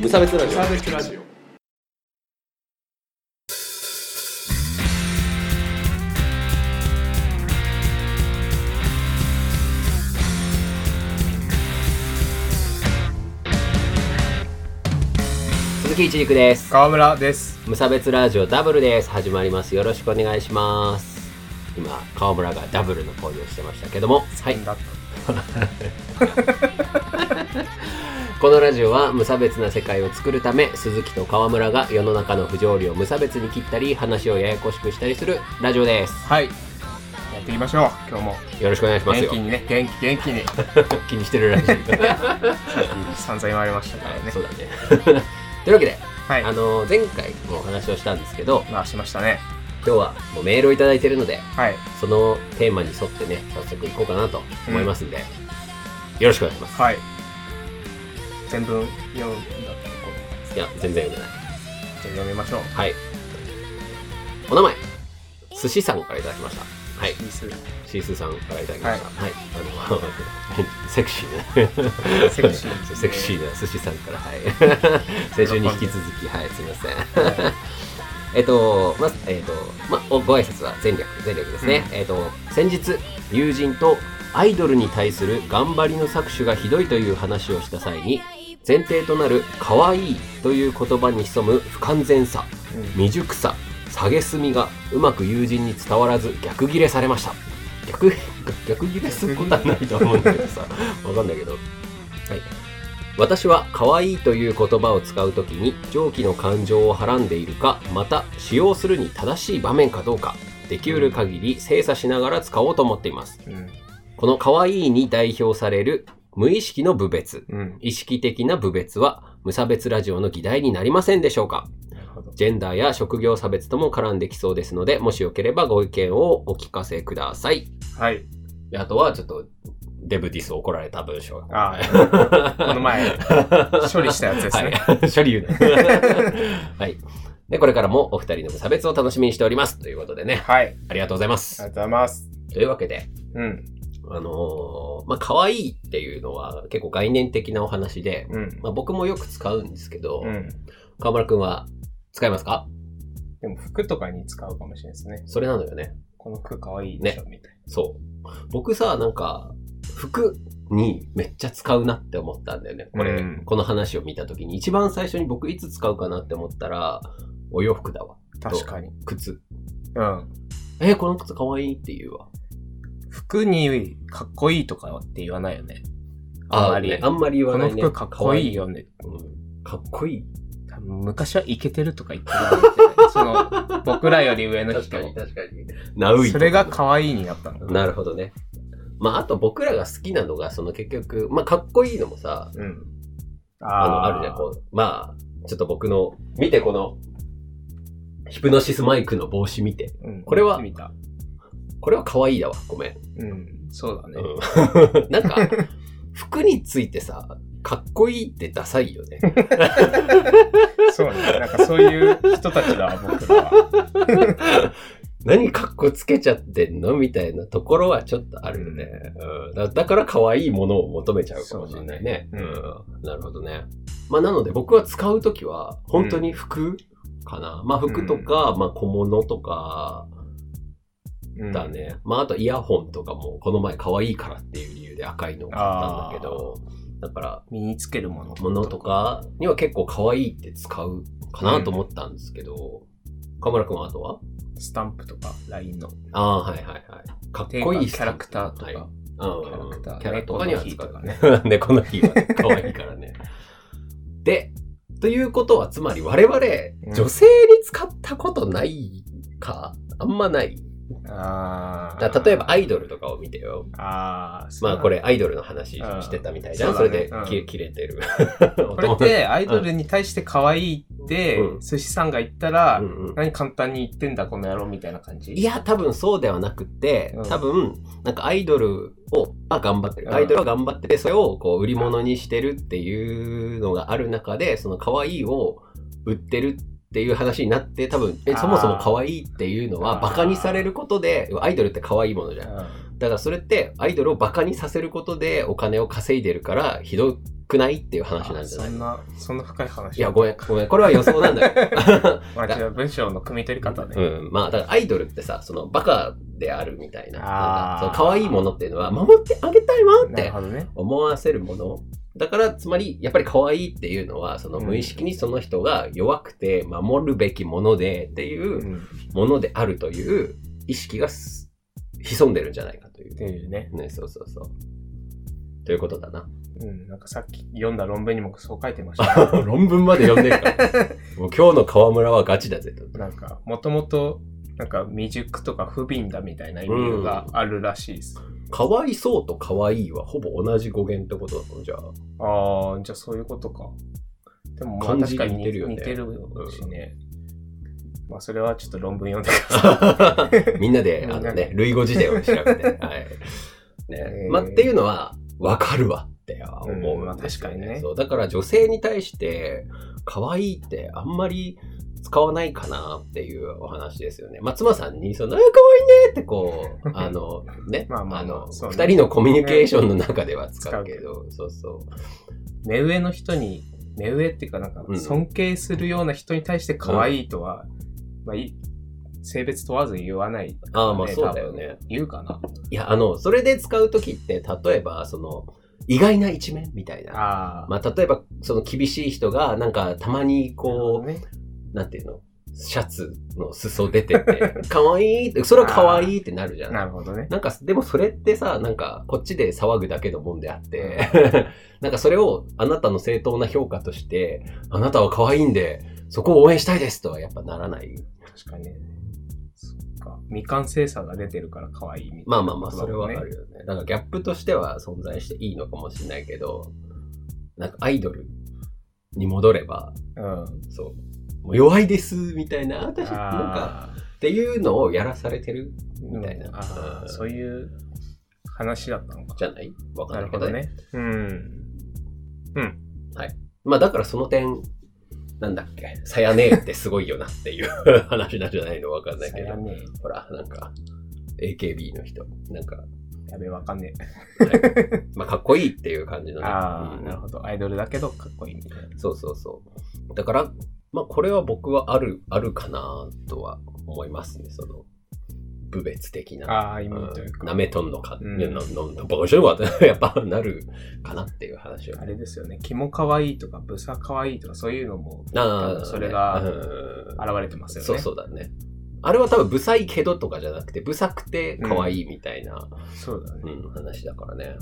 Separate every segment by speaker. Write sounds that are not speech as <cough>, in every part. Speaker 1: 無差別ラジオ
Speaker 2: サーベスラジオ
Speaker 1: 鈴木一陸です
Speaker 3: 川村です。
Speaker 1: 無差別ラジオダブルです始まりますよろしくお願いします今川村がダブルのポーズをしてましたけどもはい
Speaker 3: だっ
Speaker 1: このラジオは無差別な世界を作るため鈴木と川村が世の中の不条理を無差別に切ったり話をややこしくしたりするラジオです
Speaker 3: たはい。やっていきましょう。今日も
Speaker 1: よろしくお願いします
Speaker 3: 元
Speaker 1: よ
Speaker 3: 気にね、元気元気に。さ
Speaker 1: <laughs> 気にしてるラジオ
Speaker 3: っき散々言われましたから
Speaker 1: <laughs>
Speaker 3: ね
Speaker 1: そ。うだねというわけで、あ
Speaker 3: はい。
Speaker 1: の前回もお話をしたんですけど
Speaker 3: まあしましたね。
Speaker 1: 今日はもうメールを頂いただいてるので
Speaker 3: はい。
Speaker 1: そのテーマに沿ってね早速行こうかなと思いますんで、よろしくお願いします
Speaker 3: はい。全文読んだとこ
Speaker 1: いや全然読んでない
Speaker 3: じゃあ読みましょう。
Speaker 1: はいお名前寿司さんからいただきましたはい
Speaker 3: いいっす
Speaker 1: シースーさんからいただきましたはい、あの <laughs> セクシーな
Speaker 3: セクシーですね
Speaker 1: セクシーな寿司さんからはい <laughs> 先週に引き続きはいすいません <laughs> えっと、まず、えっと、ま、おご挨拶は全力、全力ですね。えっと、先日、友人とアイドルに対する頑張りの搾取がひどいという話をした際に、前提となる可愛いという言葉に潜む不完全さ、未熟さ、下げすみがうまく友人に伝わらず逆ギレされました。逆、逆ギレすることはないと思うんだけどさ、わかんないけど。はい。私は可愛いという言葉を使うときに上記の感情をはらんでいるかまた使用するに正しい場面かどうかできうる限り精査しながら使おうと思っています
Speaker 3: うん。
Speaker 1: この可愛いに代表される無意識の部別
Speaker 3: うん。
Speaker 1: 意識的な部別は無差別ラジオの議題になりませんでしょうか
Speaker 3: なるほど。
Speaker 1: ジェンダーや職業差別とも絡んできそうですのでもしよければご意見をお聞かせください
Speaker 3: はい。
Speaker 1: であとはちょっとデブディス怒られた文章が
Speaker 3: ああ、この前、処理したやつですね。
Speaker 1: はい、処理言う
Speaker 3: <laughs>
Speaker 1: なはい。で、これからもお二人の無差別を楽しみにしております。ということでね、
Speaker 3: はい。あり
Speaker 1: ありがとうございま
Speaker 3: がと
Speaker 1: す
Speaker 3: う。ございます。
Speaker 1: というわけで、
Speaker 3: うん。
Speaker 1: あのーまあ、可愛いっていうのは結構概念的なお話で、
Speaker 3: うん。
Speaker 1: まあ、僕もよく使うんですけど、
Speaker 3: うん。
Speaker 1: 河村くんは使いますか
Speaker 3: でも服とかに使うかもしれないですね。
Speaker 1: それなのよね。
Speaker 3: この服かわいいでしょ、みたい
Speaker 1: そう。僕さ、なんか、服にめっちゃ使うなって思ったんだよね。これ、
Speaker 3: うん
Speaker 1: この話を見た時に、一番最初に僕いつ使うかなって思ったら、お洋服だわ。
Speaker 3: な。確かに。
Speaker 1: 靴。
Speaker 3: うん。
Speaker 1: えーこの靴かわいいって言うわ。
Speaker 3: 服にかっこいいとかはって言わないよね。
Speaker 1: あん
Speaker 3: あんま
Speaker 1: ま
Speaker 3: り
Speaker 1: り、あんまり言
Speaker 3: こ
Speaker 1: わな
Speaker 3: の
Speaker 1: い、ね。
Speaker 3: 服かっこいいよね。
Speaker 1: かわいい。うんかっこいい。
Speaker 3: 多分昔はイケてるとか言ってるよねみた
Speaker 1: <laughs>
Speaker 3: いなその、僕らより上の人。
Speaker 1: 確かに。ナウイ。
Speaker 3: それが可愛いになったの。
Speaker 1: なるほどね。まあ、あと僕らが好きなのが、その結局、まあ、かっこいいのもさ、
Speaker 3: うん。
Speaker 1: あの、
Speaker 3: ー
Speaker 1: あるじゃん、こう。まあ、ちょっと僕の、見てこの、ヒプノシスマイクの帽子見て。
Speaker 3: うん
Speaker 1: これは
Speaker 3: 見た。
Speaker 1: これは可愛いだわ。ごめ <laughs> ん。
Speaker 3: うん。そうだね。
Speaker 1: うん、なんか、服についてさ、かっこいいってダサいよね。
Speaker 3: そうね。なんかそういう人たち <laughs> だ、僕らは。
Speaker 1: 何カッコつけちゃってんのみたいなところはちょっとあるよね。うんだだから可愛いものを求めちゃうかもしれないね。
Speaker 3: そうだね
Speaker 1: うんなるほどね。まあなので僕は使うときは本当に服かな。まあ服とか、まあ小物とか
Speaker 3: うん
Speaker 1: だ。ね。まああとイヤホンとかもこの前可愛いからっていう理由で赤いのを買ったんだけど、だから
Speaker 3: 身につけるもの。
Speaker 1: ものと。かには結構可愛いって使うかなと思ったんですけど、河村くんはあとは
Speaker 3: スタンプとか、LINE の。
Speaker 1: ああ、はいはいはい。かっこいい
Speaker 3: キャラクターと
Speaker 1: はい
Speaker 3: か。
Speaker 1: うん
Speaker 3: キャラクター
Speaker 1: キャラとかには使
Speaker 3: 猫の日とかね
Speaker 1: う。猫の日は <laughs> ね可愛いからね。で、ということはつまり我々、
Speaker 3: ん
Speaker 1: 女性に使ったことないか、あんまない。
Speaker 3: あ
Speaker 1: だ例えばア
Speaker 3: い。
Speaker 1: イドルとかを見てよ。
Speaker 3: あー
Speaker 1: まあこ。れアイドルの話してたみたいじゃん。
Speaker 3: うん
Speaker 1: それで
Speaker 3: そうだねうん
Speaker 1: 切切れてる。
Speaker 3: <laughs>
Speaker 1: <laughs>
Speaker 3: これって、アイドルに対して可愛いって
Speaker 1: う、ん
Speaker 3: 寿司さんが言った
Speaker 1: お
Speaker 3: ら
Speaker 1: 友、達うんうん
Speaker 3: 何簡単に言ってんだこの野郎みたいな感じ
Speaker 1: いや、多分そうではなくて
Speaker 3: うん、
Speaker 1: 多分、なんかアイドルを、あ、頑張って
Speaker 3: うん
Speaker 1: る。アイドルは頑張ってて、それをこう売り物にしてるっていうのがある中で、その可愛いを売ってるっていう話になって、多分、え
Speaker 3: あー
Speaker 1: そもそも可愛いっていうの
Speaker 3: あー
Speaker 1: は、バカにされることで、アイドルって可愛いものじゃん。だからそれって、アイドルをバカにさせることで、お金を稼いでるから、ひどくないっていう話なんじゃ
Speaker 3: そ
Speaker 1: ない
Speaker 3: んな、そんな深い話。
Speaker 1: いや、ごめん、ごめん。これは予想なんだけど。
Speaker 3: まあ、じゃあ文章の組み取り <laughs> 方ね。
Speaker 1: うん。まあ、だからアイドルってさ、そのバカであるみたいな。なんか
Speaker 3: あー
Speaker 1: その可愛いものっていうのは、守ってあげたいわっ
Speaker 3: なる
Speaker 1: て
Speaker 3: ほどね。
Speaker 1: 思わせるもの。だから、つまり、やっぱり可愛いっていうのは、その
Speaker 3: うん
Speaker 1: 無意識にその人が弱くて守るべきものでって
Speaker 3: う。
Speaker 1: いうん
Speaker 3: っ
Speaker 1: ものであるという意識がす潜んでるんじゃないかという。
Speaker 3: ていうね。
Speaker 1: ね、そうそうそう。ということだ
Speaker 3: <laughs>
Speaker 1: な。
Speaker 3: うん。なんかさっき読んだ論文にもそう書いてました。
Speaker 1: 論文まで読んでるから。
Speaker 3: <laughs>
Speaker 1: もう今日の河村はガチだぜと。
Speaker 3: なんか、もともと、なんか未熟とか不憫だみたいな意味があるらしいです。
Speaker 1: かわいそうとかわいいはほぼ同じ語源ってことなのじゃあ。
Speaker 3: ああ、じゃあそういうことか。でもまあ
Speaker 1: 漢字
Speaker 3: 確かに
Speaker 1: 似てるよね
Speaker 3: 似てるしね。まあそれはちょっと論文読んでください。 <laughs>
Speaker 1: みんなで、
Speaker 3: みん
Speaker 1: あ
Speaker 3: なで
Speaker 1: のね、類語辞典を調べ
Speaker 3: <laughs>
Speaker 1: て。はい。ね
Speaker 3: え。ー
Speaker 1: まあ、っていうのは、わかるわって思うんですよ、
Speaker 3: うんまあ確かにね
Speaker 1: そう。だから女性に対して、可愛いってあんまり使わないかなっていうお話ですよね。まあ、妻さんに、その、あ、可愛いねってこ
Speaker 3: <laughs>
Speaker 1: う、あの、ね、
Speaker 3: まあまあまあ
Speaker 1: の、
Speaker 3: そうね
Speaker 1: 二人のコミュニケーションの中では使うけど、そうそう。
Speaker 3: 目上の人に、目上っていうかなんか
Speaker 1: うん
Speaker 3: 尊敬するような人に対して可愛いとは、まあい性別問わず言わない。
Speaker 1: ああ、まあそうだよね。
Speaker 3: 言うかな。
Speaker 1: いや、あの、それで使うときって、例えば、その、意外な一面みたいな。
Speaker 3: ああ。
Speaker 1: まあ、例えば、その厳しい人が、なんか、たまに、こ
Speaker 3: ね。
Speaker 1: う、なんていうの、シャツの裾出てて、 <laughs> かわいいって、それはかわいいってなるじゃん。
Speaker 3: なるほどね。
Speaker 1: なんか、でもそれってさ、なんか、こっちで騒ぐだけのもんであって、 <laughs> なんかそれを、あなたの正当な評価として、あなたは可愛いんで、そこを応援したいですとはやっぱならない。
Speaker 3: 確かにね。そっか。未完成さが出てるから可愛いみたいな。
Speaker 1: まあまあまあ、それはあ
Speaker 3: ね
Speaker 1: るよね。なんかギャップとしては存在していいのかもしれないけど、なんかアイドルに戻れば、
Speaker 3: うん。
Speaker 1: そう。もう弱いです、みたいな、私、なんか、
Speaker 3: あ
Speaker 1: っていうのをやらされてる
Speaker 3: ー
Speaker 1: みたいな
Speaker 3: うんあ
Speaker 1: う
Speaker 3: ー
Speaker 1: ん
Speaker 3: そういう話だったのか。
Speaker 1: じゃないわか
Speaker 3: な
Speaker 1: な
Speaker 3: んる
Speaker 1: いけ
Speaker 3: ほ
Speaker 1: ど
Speaker 3: ど
Speaker 1: ね。
Speaker 3: ね。うん。
Speaker 1: まあだからその点、なんだっけ、さやねえってすごいよなっていう <laughs> 話なんじゃないのわかんない
Speaker 3: さ
Speaker 1: けど
Speaker 3: や。ね
Speaker 1: ほら、なんか、AKB の人、なん
Speaker 3: <laughs>
Speaker 1: か、
Speaker 3: え。やべ、わかんね
Speaker 1: まあかっこいいっていう感じの
Speaker 3: え。
Speaker 1: ね。
Speaker 3: ああ、
Speaker 1: うん
Speaker 3: なるほど。アイドルだけどかっこいいみたいな。
Speaker 1: そうそうそう。だから、まあこれは僕はある、あるかなとは思いますね、その、部別的な。
Speaker 3: ああ、意味というか。
Speaker 1: なめとんのか、
Speaker 3: うん
Speaker 1: いやななんだバカしてるわって、 <laughs> やっぱなるかなっていう話を。
Speaker 3: あれですよね。キモ可愛いとか、ブサ可愛いとか、そういうのも
Speaker 1: あー
Speaker 3: それが
Speaker 1: うん
Speaker 3: 現れてますよね。
Speaker 1: そうそうだね。あれは多分、ブサいけどとかじゃなくて、ブサくて可愛いみたいな、
Speaker 3: そうだ
Speaker 1: う
Speaker 3: ね。
Speaker 1: ん話だからね。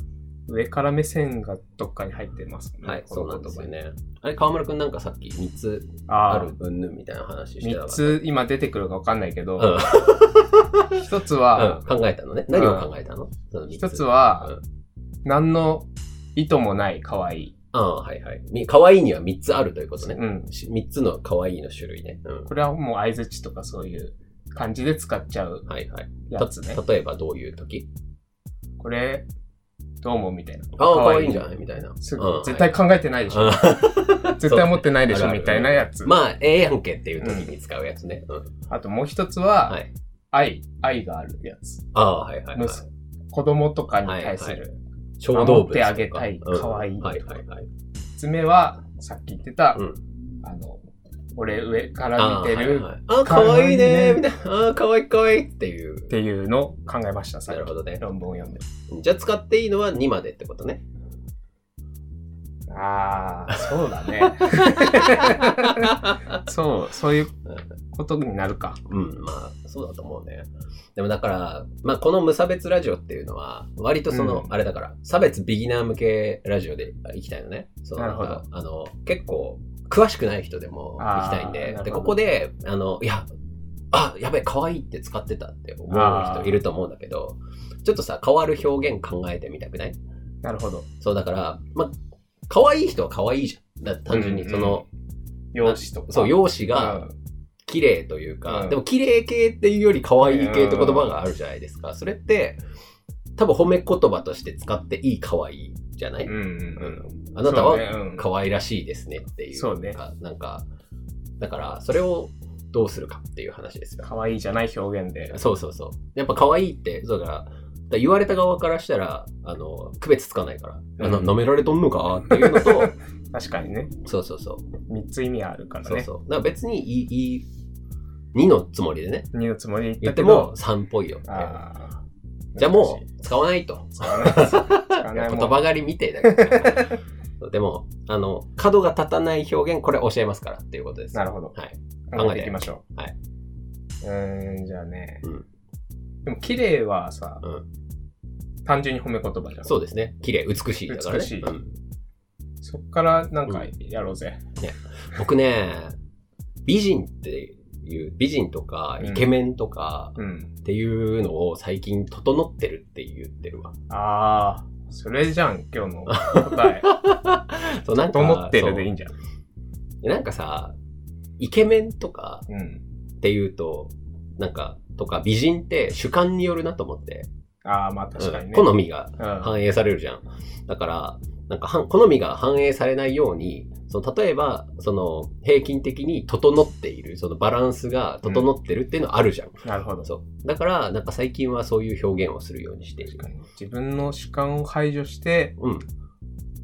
Speaker 3: 上から目線がどっかに入ってますもんね。
Speaker 1: はい、
Speaker 3: こ
Speaker 1: そ
Speaker 3: の
Speaker 1: うなんですよ
Speaker 3: 言葉に。
Speaker 1: ね。あれ、河村くんなんかさっき3つあ
Speaker 3: ああ
Speaker 1: る、うんぬんみたいな話してた
Speaker 3: 三つ今出てくるかわかんないけど、
Speaker 1: うん
Speaker 3: 一つは、
Speaker 1: うん、考えたのね。何を考えたのその三
Speaker 3: 一つは、
Speaker 1: うん
Speaker 3: 何の意図もない可愛い。
Speaker 1: ああ、はいはい。み可愛いには3つあるということね。
Speaker 3: うん。
Speaker 1: し3つの可愛いの種類ね。うん。
Speaker 3: これはもう相づちとかそういう感じで使っちゃう
Speaker 1: はいはい。
Speaker 3: やつね。
Speaker 1: 例えばどういう時
Speaker 3: これ、どうもみたいな。
Speaker 1: ああ、可愛いんじゃ
Speaker 3: ゃ
Speaker 1: ないみたいな。
Speaker 3: す
Speaker 1: うん
Speaker 3: 絶対考えてないでしょ。
Speaker 1: はい <laughs>
Speaker 3: 絶対思ってないでし
Speaker 1: そう
Speaker 3: ょ
Speaker 1: ね
Speaker 3: みたいなやつ。
Speaker 1: まあ、ええやんけ <laughs> っていう時に使うやつね。うん
Speaker 3: あともう一つ
Speaker 1: は
Speaker 3: は、
Speaker 1: い。
Speaker 3: 愛、愛があるやつ。
Speaker 1: ああ、はいはい、はい。
Speaker 3: 息子供とかに対す
Speaker 1: はいは
Speaker 3: る。
Speaker 1: 小動物とか。
Speaker 3: 守ってあげたい
Speaker 1: うん
Speaker 3: 可愛いとか
Speaker 1: はいはいはい。
Speaker 3: 三つ目は、さっき言ってた
Speaker 1: うん、
Speaker 3: あの、俺上から見て
Speaker 1: ああ、はい
Speaker 3: る
Speaker 1: はいああ可愛いねみたいな。ああ、可愛い可愛いっていう
Speaker 3: っ。ていうのを考えました、さっ
Speaker 1: なるほどね
Speaker 3: き。。論文を読んで。
Speaker 1: じゃあ使っていいのは2までってことね。
Speaker 3: ああ、そうだ
Speaker 1: <laughs>
Speaker 3: ね。そう、そういうことになるか。
Speaker 1: うん、まあ、そうだと思うね。でもだから、まあ、この無差別ラジオっていうのは、割とその、
Speaker 3: うん
Speaker 1: あれだから、差別ビギナー向けラジオで行きたいのね。その
Speaker 3: なるほど
Speaker 1: んかあの、結構、詳しくない人でも行きたいん
Speaker 3: あー
Speaker 1: で
Speaker 3: な、る
Speaker 1: で、
Speaker 3: ほど
Speaker 1: ここで、あの、いや、あ、やべえ、可愛いって使ってたって思う人いると思うんだけど、ちょっとさ、変わる表現考えてみたくない
Speaker 3: なるほど。
Speaker 1: そう、だから、まあ、可愛い人は可愛いじゃん。だ単純に、その、
Speaker 3: 容姿とか。
Speaker 1: そう、容姿が、
Speaker 3: が、
Speaker 1: 綺麗というか、
Speaker 3: うん
Speaker 1: でも綺麗系っていうより可愛い系って言葉があるじゃないですか。それって、多分褒め言葉として使っていい可愛いじゃない、
Speaker 3: うんうんうん。
Speaker 1: あなたは
Speaker 3: そうねうん
Speaker 1: 可愛らしいですねっていう。
Speaker 3: そうね
Speaker 1: かなんか、だから、それをどうするかっていう話ですよ。
Speaker 3: 可愛いじゃない表現で。
Speaker 1: そうそうそう。やっぱ可愛いって、そうだから、ら言われた側からしたら、あの、区別つかないから、
Speaker 3: うん
Speaker 1: あな舐められとんのかっていうの
Speaker 3: <laughs>
Speaker 1: と、
Speaker 3: 確かにね。
Speaker 1: そうそうそう。
Speaker 3: 3つ意味あるから
Speaker 1: そう
Speaker 3: ね。
Speaker 1: そう。だから別にいい、いい、2のつもりでね、
Speaker 3: 2のつもりで言
Speaker 1: 言
Speaker 3: っ
Speaker 1: って
Speaker 3: たけ
Speaker 1: も
Speaker 3: ど、
Speaker 1: 3っぽいよって。
Speaker 3: あー
Speaker 1: じゃあもう、使わないと。
Speaker 3: 使わないです使わ
Speaker 1: いや
Speaker 3: ない
Speaker 1: 言
Speaker 3: もん
Speaker 1: 葉狩りみてえだけど。でも、あの、角が立たない表現、これ教えますからっていうことです。
Speaker 3: なるほど。
Speaker 1: はい。
Speaker 3: 考えていきましょう。
Speaker 1: はい。
Speaker 3: うーん、じゃあね。
Speaker 1: うん
Speaker 3: でも、綺麗はさ、
Speaker 1: う
Speaker 3: 単純に褒め言葉じゃん。
Speaker 1: そうですね。綺麗、美しいだからね。
Speaker 3: 美しい
Speaker 1: うん
Speaker 3: そっからなんかやろうぜ。
Speaker 1: 僕ね、美人っていう、美人とか、
Speaker 3: うん
Speaker 1: イケメンとか
Speaker 3: うん。
Speaker 1: っていうのを最近整ってるって言ってるわ。 <laughs>
Speaker 3: あー、それじゃん、今日の答
Speaker 1: <laughs>
Speaker 3: え。
Speaker 1: そう、なんか、
Speaker 3: 整ってる
Speaker 1: そう
Speaker 3: でいいんじゃん。
Speaker 1: なんかさ、イケメンとか
Speaker 3: うん。
Speaker 1: っていうと、なんか、とか美人って主観によるなと思って、
Speaker 3: あー、まあ確かに
Speaker 1: うん
Speaker 3: ね。
Speaker 1: 好みが
Speaker 3: うん。
Speaker 1: 反映されるじゃん。だから、なんかはん好みが反映されないように、その例えば、その平均的に整っている、そのバランスが整ってるっていうのはあるじゃん。
Speaker 3: なるほど。
Speaker 1: そう。だから、なんか最近はそういう表現をするようにしている。
Speaker 3: 自分の主観を排除して、
Speaker 1: うん。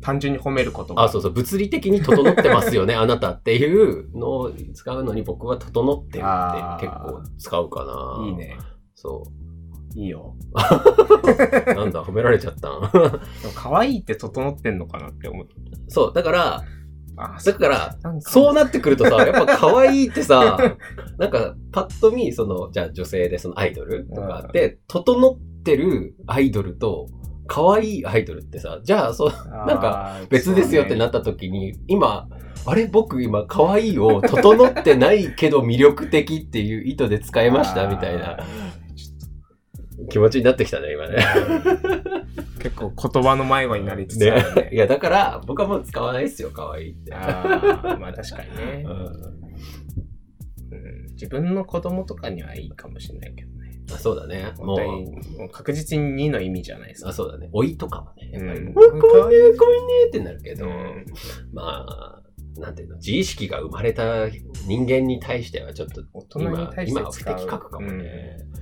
Speaker 3: 単純に褒める言葉。
Speaker 1: あ、そうそう、物理的に整ってます
Speaker 3: <laughs>
Speaker 1: よね、あなたっていうのを使うのに僕は整ってるって結構使うかな。
Speaker 3: いい。ね。
Speaker 1: そう。
Speaker 3: いいよ。
Speaker 1: なんだ、褒められちゃった <laughs> ん
Speaker 3: でも可愛いって整ってんのかなって思う。
Speaker 1: そう、だから、
Speaker 3: あ
Speaker 1: だから、
Speaker 3: なんか
Speaker 1: そうなってくると <laughs> さ、やっぱ可愛いってさ、なんか、パッと見、その、じゃあ女性でそのアイドルとかあって、整ってるアイドルと、可愛いアイドルってさ、じゃあ、そう、なんか別ですよってな
Speaker 3: っ
Speaker 1: った時に、今、あれ僕今、可愛いを整ってないけど魅力的っていう意図で使
Speaker 3: て
Speaker 1: いましたみたいな。気持ちになってきたね、今ね。
Speaker 3: 結構言葉の迷子になりつつあるね。
Speaker 1: いや、だから、僕はもう使わないですよ、可愛いって。
Speaker 3: あーまあ確かにね
Speaker 1: う、ん
Speaker 3: うん自分の子供とかにはいいかもしれないけどね。
Speaker 1: あそうだね。も
Speaker 3: 本当
Speaker 1: う、
Speaker 3: にもう確実に2の意味じゃないです
Speaker 1: あ
Speaker 3: か。
Speaker 1: そうだね。老いとかはね、やっぱり、
Speaker 3: うん
Speaker 1: うわ、こういう子いねーってなるけど、
Speaker 3: うん
Speaker 1: まあ、なんていうの、自意識が生まれた人間に対しては、ちょっと
Speaker 3: 大人に
Speaker 1: 今、
Speaker 3: 対して
Speaker 1: 今は不
Speaker 3: 使う
Speaker 1: 適格かもね。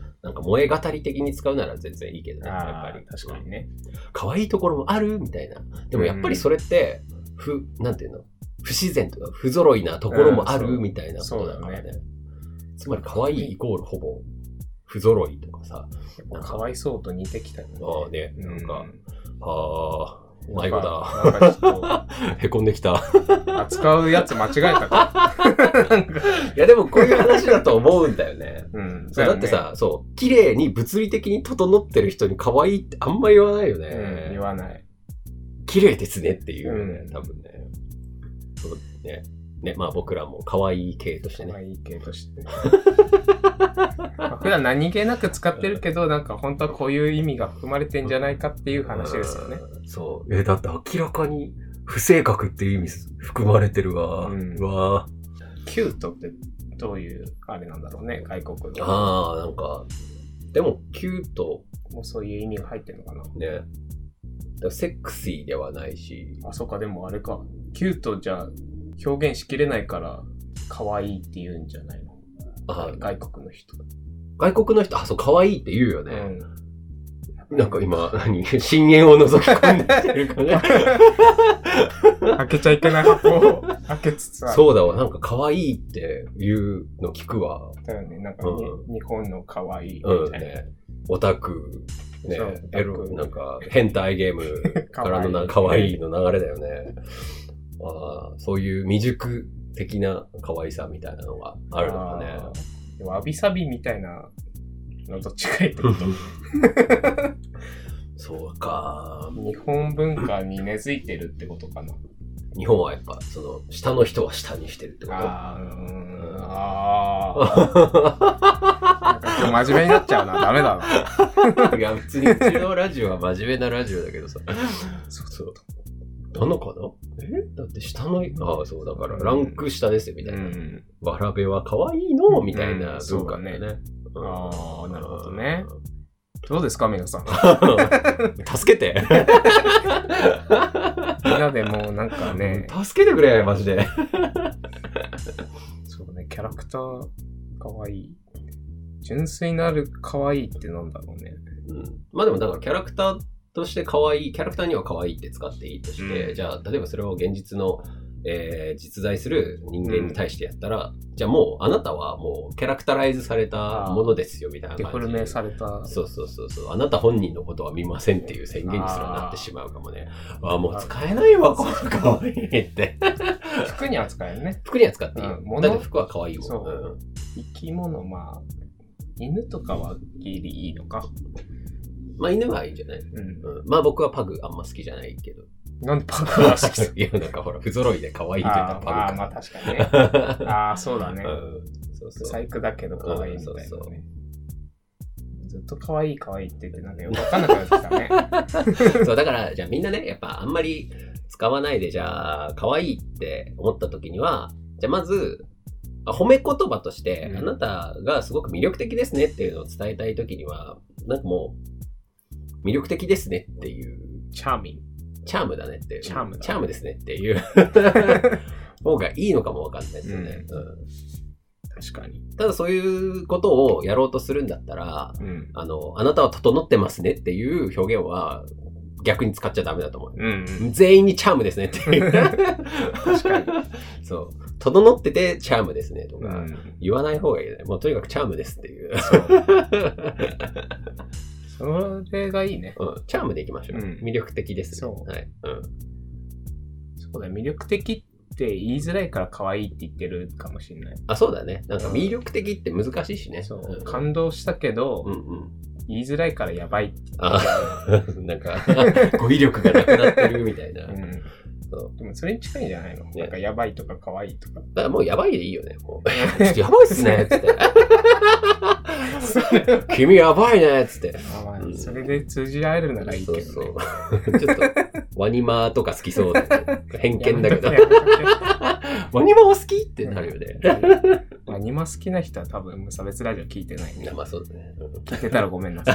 Speaker 3: うん
Speaker 1: なんか萌え語り的に使うなら全然いいけどね、やっ
Speaker 3: あ
Speaker 1: ぱ
Speaker 3: ー
Speaker 1: り。
Speaker 3: 確かに
Speaker 1: ね。
Speaker 3: ね。
Speaker 1: 可愛いところもあるみたいな。でもやっぱりそれって、不、なんていうの、不自然とか不揃いなところもあ
Speaker 3: うんそ
Speaker 1: る
Speaker 3: う
Speaker 1: みたいなことだから
Speaker 3: そ
Speaker 1: ね。
Speaker 3: う
Speaker 1: つまり可愛いイコールほぼ不揃いとかさ、
Speaker 3: 結構かわいそうと似てきたよね。
Speaker 1: ああね、
Speaker 3: う
Speaker 1: なんか、ああ、迷子だ。
Speaker 3: なんかなんかちょっと
Speaker 1: へこんできた。
Speaker 3: <laughs> 扱うやつ間違え
Speaker 1: <laughs>
Speaker 3: たか。
Speaker 1: いや、でもこういう話だと思うんだよ
Speaker 3: <laughs>
Speaker 1: ね。
Speaker 3: うん
Speaker 1: そうだって、さ、そう、綺麗に物理的に整ってる人に可愛いってあんま言わないよ
Speaker 3: だよねうん
Speaker 1: ね
Speaker 3: 言。わない。
Speaker 1: 綺麗ですねっていうよ
Speaker 3: う
Speaker 1: ね、
Speaker 3: ん
Speaker 1: 多分ね。そうね。ね、まあ僕らも可愛い系として
Speaker 3: ま
Speaker 1: ね。
Speaker 3: あいい系として。まあ普段何気なく使ってるけど、なんか本当はこういう意味が含まれてんじゃないかっていう話ですよね。
Speaker 1: うん。そう。え、だって明らかに不正確っていう意味含まれてるわ。
Speaker 3: うん
Speaker 1: うわ
Speaker 3: キュートってどういうあれなんだろうね、外国の。
Speaker 1: ああ、なんか、でもキュート
Speaker 3: もうそういう意味が入ってるのかな。
Speaker 1: ね。だからセクシーではないし、
Speaker 3: あ、そうか、でもあれか。キュートじゃ表現しきれないから、可愛いって言うんじゃないの
Speaker 1: あ
Speaker 3: 外国の人。
Speaker 1: 外国の人、あ、そう、可愛いって言うよ
Speaker 3: う
Speaker 1: ね。
Speaker 3: ん。
Speaker 1: <laughs> なんか今、何 <laughs> 深淵を覗き込んできてる感じ。
Speaker 3: 開けちゃいけない箱を開けつつある。
Speaker 1: <laughs> そうだわ、なんか可愛いっていうの聞くわ。
Speaker 3: だよね。なんかね、
Speaker 1: う
Speaker 3: 日本の可愛いみ
Speaker 1: うん、
Speaker 3: たいな。
Speaker 1: ね。オタク、ね
Speaker 3: そうオタク、
Speaker 1: エロ、なんか、変態
Speaker 3: <laughs>
Speaker 1: ゲームからのな、
Speaker 3: 可
Speaker 1: 可
Speaker 3: 愛
Speaker 1: 愛
Speaker 3: い
Speaker 1: いの流れだよね。ああ、そういう未熟的な可愛さみたいなのがあるのかね
Speaker 3: あ。ー。でも、アビサビみたいなのどっちか言ってこと
Speaker 1: <laughs> そうか。
Speaker 3: 日本文化に根付いてるってことかな。
Speaker 1: 日本はやっぱ、その、下の人は下にしてるってこと
Speaker 3: あーうーんあ
Speaker 1: <laughs>
Speaker 3: ー。なんか今日真面目になっちゃうな。ダメだな。
Speaker 1: いや、別にうちのラジオは真面目なラジオだけどさ。そうそう。なのかなえだって下の、ああ、そう、だからランク下ですよ、みたいうな。
Speaker 3: ん。
Speaker 1: わらべは可愛いのみたい
Speaker 3: うん
Speaker 1: な文化だよね。うん
Speaker 3: ああ、なるほどね。どうですか、皆さん。
Speaker 1: <laughs> 助けて、
Speaker 3: みんなでもうなんかね
Speaker 1: 助けてくれ、マジで。
Speaker 3: そうね、キャラクター、かわいい。純粋なるかわいいってなんだろうね。
Speaker 1: うん、まあでもだからキャラクターとして可愛いキャラクターには可愛いって使っていいとして、
Speaker 3: うん
Speaker 1: じゃあ例えばそれを現実の、えー実在する人間に対してやったら、じゃあもうあなたはもうキャラクタライズされたものですよみたいな
Speaker 3: デフォ
Speaker 1: 感
Speaker 3: ル
Speaker 1: じ
Speaker 3: メされた。
Speaker 1: そうそうそうそうあなた本人のことは見ませんっていう宣言にすらなってしまうかもねああーもう使えないわこの可愛いって
Speaker 3: 服に扱えるね。
Speaker 1: 服には使っていい、
Speaker 3: うん物
Speaker 1: だって服は可愛いもん
Speaker 3: そうん生き物、まあ、犬とかはギリいいのか。
Speaker 1: まあ犬はいいんじゃない、
Speaker 3: うん。
Speaker 1: うん、まあ僕はパグあんま好きじゃないけど
Speaker 3: なんでパグは好きだ
Speaker 1: <laughs> いやなんかほら不揃いで可愛いと言ったら
Speaker 3: あ
Speaker 1: パ
Speaker 3: ー
Speaker 1: グ
Speaker 3: ま
Speaker 1: か
Speaker 3: あ、まあ確かにね。ああ、そうだね。
Speaker 1: <laughs> うんそうそう。
Speaker 3: 細工だけど可愛いみたいな
Speaker 1: うんそうそ
Speaker 3: ね。ずっと可愛い可愛いって言ってなんかよくわかんなくなってきたね。
Speaker 1: <laughs> そうだから、じゃあみんなね、やっぱあんまり使わないで、じゃあ、可愛いって思った時には、じゃあまず、あ褒め言葉として、
Speaker 3: うん
Speaker 1: あなたがすごく魅力的ですねっていうのを伝えたい時には、なんかもう、魅力的ですねっていう、
Speaker 3: チャ
Speaker 1: <laughs>
Speaker 3: ーミング。
Speaker 1: チャームだねっていう、
Speaker 3: チャームだね
Speaker 1: チャームですねっていう方がいいのかもわかんないですよね。うん
Speaker 3: 確かに。
Speaker 1: ただそういうことをやろうとするんだったら、
Speaker 3: うん。
Speaker 1: あの、あなたは整ってますねっていう表現は逆に使っちゃダメだと思う。
Speaker 3: うん、うん。
Speaker 1: 全員にチャームですねっていう。
Speaker 3: 確かに。
Speaker 1: そう。整っててチャームですねと
Speaker 3: う
Speaker 1: か、
Speaker 3: ん、
Speaker 1: 言わない方がいいね。もうとにかくチャームですっていう。
Speaker 3: それがいいね。
Speaker 1: <laughs> うん、チャームでいきましょう。
Speaker 3: うん
Speaker 1: 魅力的ですね。
Speaker 3: そう
Speaker 1: はい。うん。
Speaker 3: そうだよ、魅力的って言いづらいから可愛いって言ってるかもしれない。
Speaker 1: あ、そうだね。なんか魅力的って難しいしね。
Speaker 3: そうう。
Speaker 1: ん
Speaker 3: 感動したけど、
Speaker 1: うんうん。
Speaker 3: 言いづらいからやばいって言って
Speaker 1: あ <laughs> なん
Speaker 3: <laughs>
Speaker 1: か、語彙力がなくなってるみたいな。
Speaker 3: る。うん
Speaker 1: そう
Speaker 3: でもそれに近いんじゃないの、
Speaker 1: ね
Speaker 3: なんかやばいとか可愛いとか。
Speaker 1: だからもうやばいでいいよね。もうちょっとやばいっすねっつ
Speaker 3: <laughs>
Speaker 1: って。君やばいねっつって。
Speaker 3: あまあ
Speaker 1: うん
Speaker 3: それで通じ合えるならいいけど、ね。
Speaker 1: そうそう。 <laughs> ちょっと、ワニマとか好きそうだ
Speaker 3: <laughs>
Speaker 1: ね、偏見だけど
Speaker 3: や。めとけや
Speaker 1: <laughs> ワニマを好きってなるよね。
Speaker 3: めとけアニマ好きな人は多分無差別ラジオ聞いてないね。
Speaker 1: まあそうだね。うん
Speaker 3: 聞いてたらごめんなさい。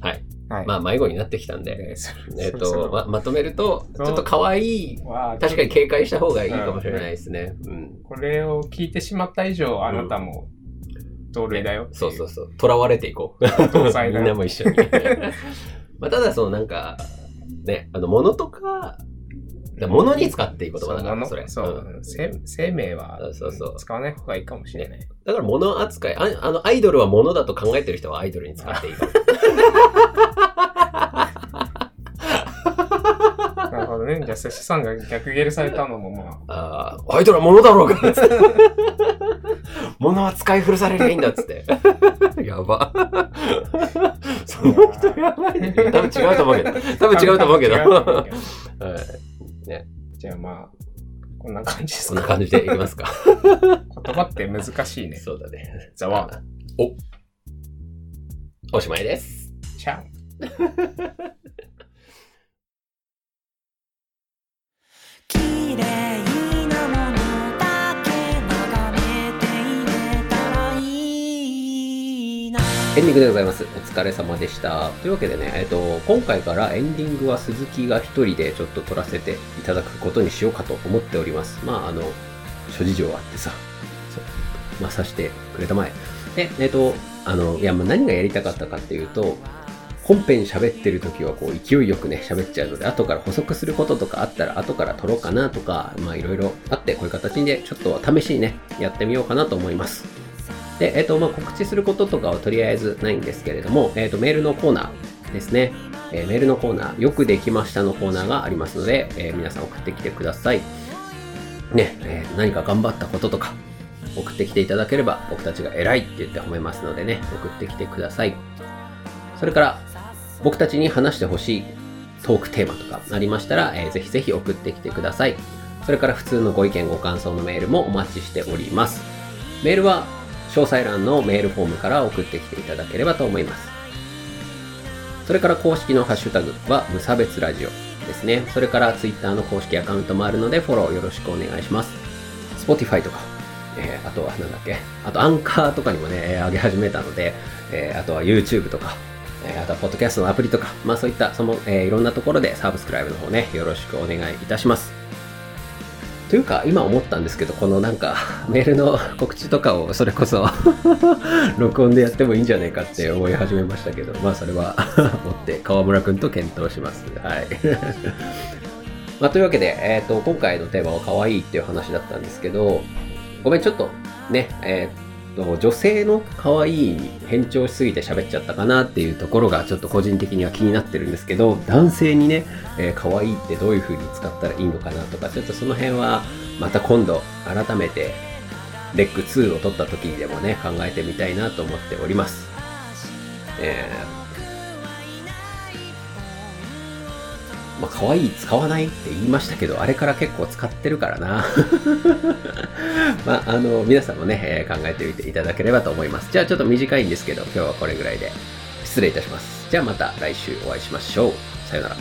Speaker 1: はい。
Speaker 3: はい。
Speaker 1: まあ迷子になってきたんで。
Speaker 3: でそ
Speaker 1: えっ
Speaker 3: そろそ
Speaker 1: と、
Speaker 3: ろ
Speaker 1: ままとめると、ち
Speaker 3: そう
Speaker 1: ょっと可愛い。
Speaker 3: わあ
Speaker 1: 確かに警戒した方がいいかもしれないですね。うん。
Speaker 3: これを聞いてしまった以上、あなたも同類だよ。。
Speaker 1: そうそううそう。囚われていこう。
Speaker 3: 同
Speaker 1: み
Speaker 3: 罪だ
Speaker 1: んな
Speaker 3: よ。
Speaker 1: も一緒に。
Speaker 3: <laughs>
Speaker 1: まあただ、そのなんか、ね、あの、物とか、だから物に使っていい言葉だから、それ。
Speaker 3: そうう、せ生命は
Speaker 1: そうそうそう
Speaker 3: 使わない方がいいかもしれない。
Speaker 1: んだから物扱いあ、あの、アイドルは物だと考えてる人はアイドルに使っていいかも
Speaker 3: なるほどね。じゃあ、セシさんが逆ゲルされたのも、まあ、
Speaker 1: ああ、アイドルは物だろうかっつって <laughs> 物は使い古されりゃいいんだっつ
Speaker 3: <laughs>
Speaker 1: って。やば。 <laughs> その人やばいね。多分違うと思う
Speaker 3: <laughs>
Speaker 1: けど。多分違うと思うけど。
Speaker 3: 違うと思
Speaker 1: <laughs>
Speaker 3: う
Speaker 1: は
Speaker 3: けど
Speaker 1: い
Speaker 3: じゃあ、まあ、こんな感じです
Speaker 1: そんな
Speaker 3: か。
Speaker 1: 感じでいきますか。
Speaker 3: 言葉って難しい <laughs> ね。
Speaker 1: そうだね。
Speaker 3: ザワ
Speaker 1: おしまいです。
Speaker 3: ー。チャン。
Speaker 2: 「きれいなものだけ眺めていれたらいいな」
Speaker 1: エンディングでございます。お疲れ様でした。というわけでね、えっと、今回からエンディングは鈴木が一人でちょっと撮らせていただくことにしようかと思っております。まあ、あの、諸事情あってさ、そう、まあ、さしてくれたまえ。で、えっと、あの、いや、まあ、何がやりたかったかっていうと、本編喋ってる時はこう勢いよくね喋っちゃうので後から補足することとかあったら後から撮ろうかなとかまあいろいろあってこういう形でちょっと試しにねやってみようかなと思いますで、えっとまあ、告知することとかはとりあえずないんですけれども、えっとメールのコーナーですね、えーメールのコーナー「よくできました」のコーナーがありますので、えー皆さん送ってきてくださいね、えー何か頑張ったこととか送ってきていただければ僕たちが偉いって言って褒めますのでね送ってきてくださいそれから僕たちに話してほしいトークテーマとかありましたら、えーぜひぜひ送ってきてくださいそれから普通のご意見ご感想のメールもお待ちしておりますメールは詳細欄のメールフォームから送ってきていただければと思いますそれから公式のハッシュタグは無差別ラジオですねそれから Twitter の公式アカウントもあるのでフォローよろしくお願いします Spotify とか、えーあとはなんだっけあとアンカーとかにもねえー上げ始めたので、えーあとは YouTube とかえーあとは、ポッドキャストのアプリとか、まあそういった、その、えーいろんなところでサブスクライブの方ね、よろしくお願いいたします。というか今思ったんですけどこのなんか <laughs> メールの告知とかをそれこそ <laughs> 録音でやってもいいんじゃないかって思い始めましたけどまあそれは <laughs> 持って川村くんと検討しますはい <laughs> まあというわけで、えー、と今回のテーマは可愛いっていう話だったんですけどごめんちょっとねえーと女性の可愛いに変調しすぎて喋っちゃったかなっていうところがちょっと個人的には気になってるんですけど男性にねえー、可愛いってどういう風に使ったらいいのかなとかちょっとその辺はまた今度改めてレック2を取った時にでもね考えてみたいなと思っております、えーまあ、可愛い使わないって言いましたけどあれから結構使ってるからなまああの皆さんもね、えー考えてみていただければと思いますじゃあちょっと短いんですけど今日はこれぐらいで失礼いたしますじゃあまた来週お会いしましょうさようなら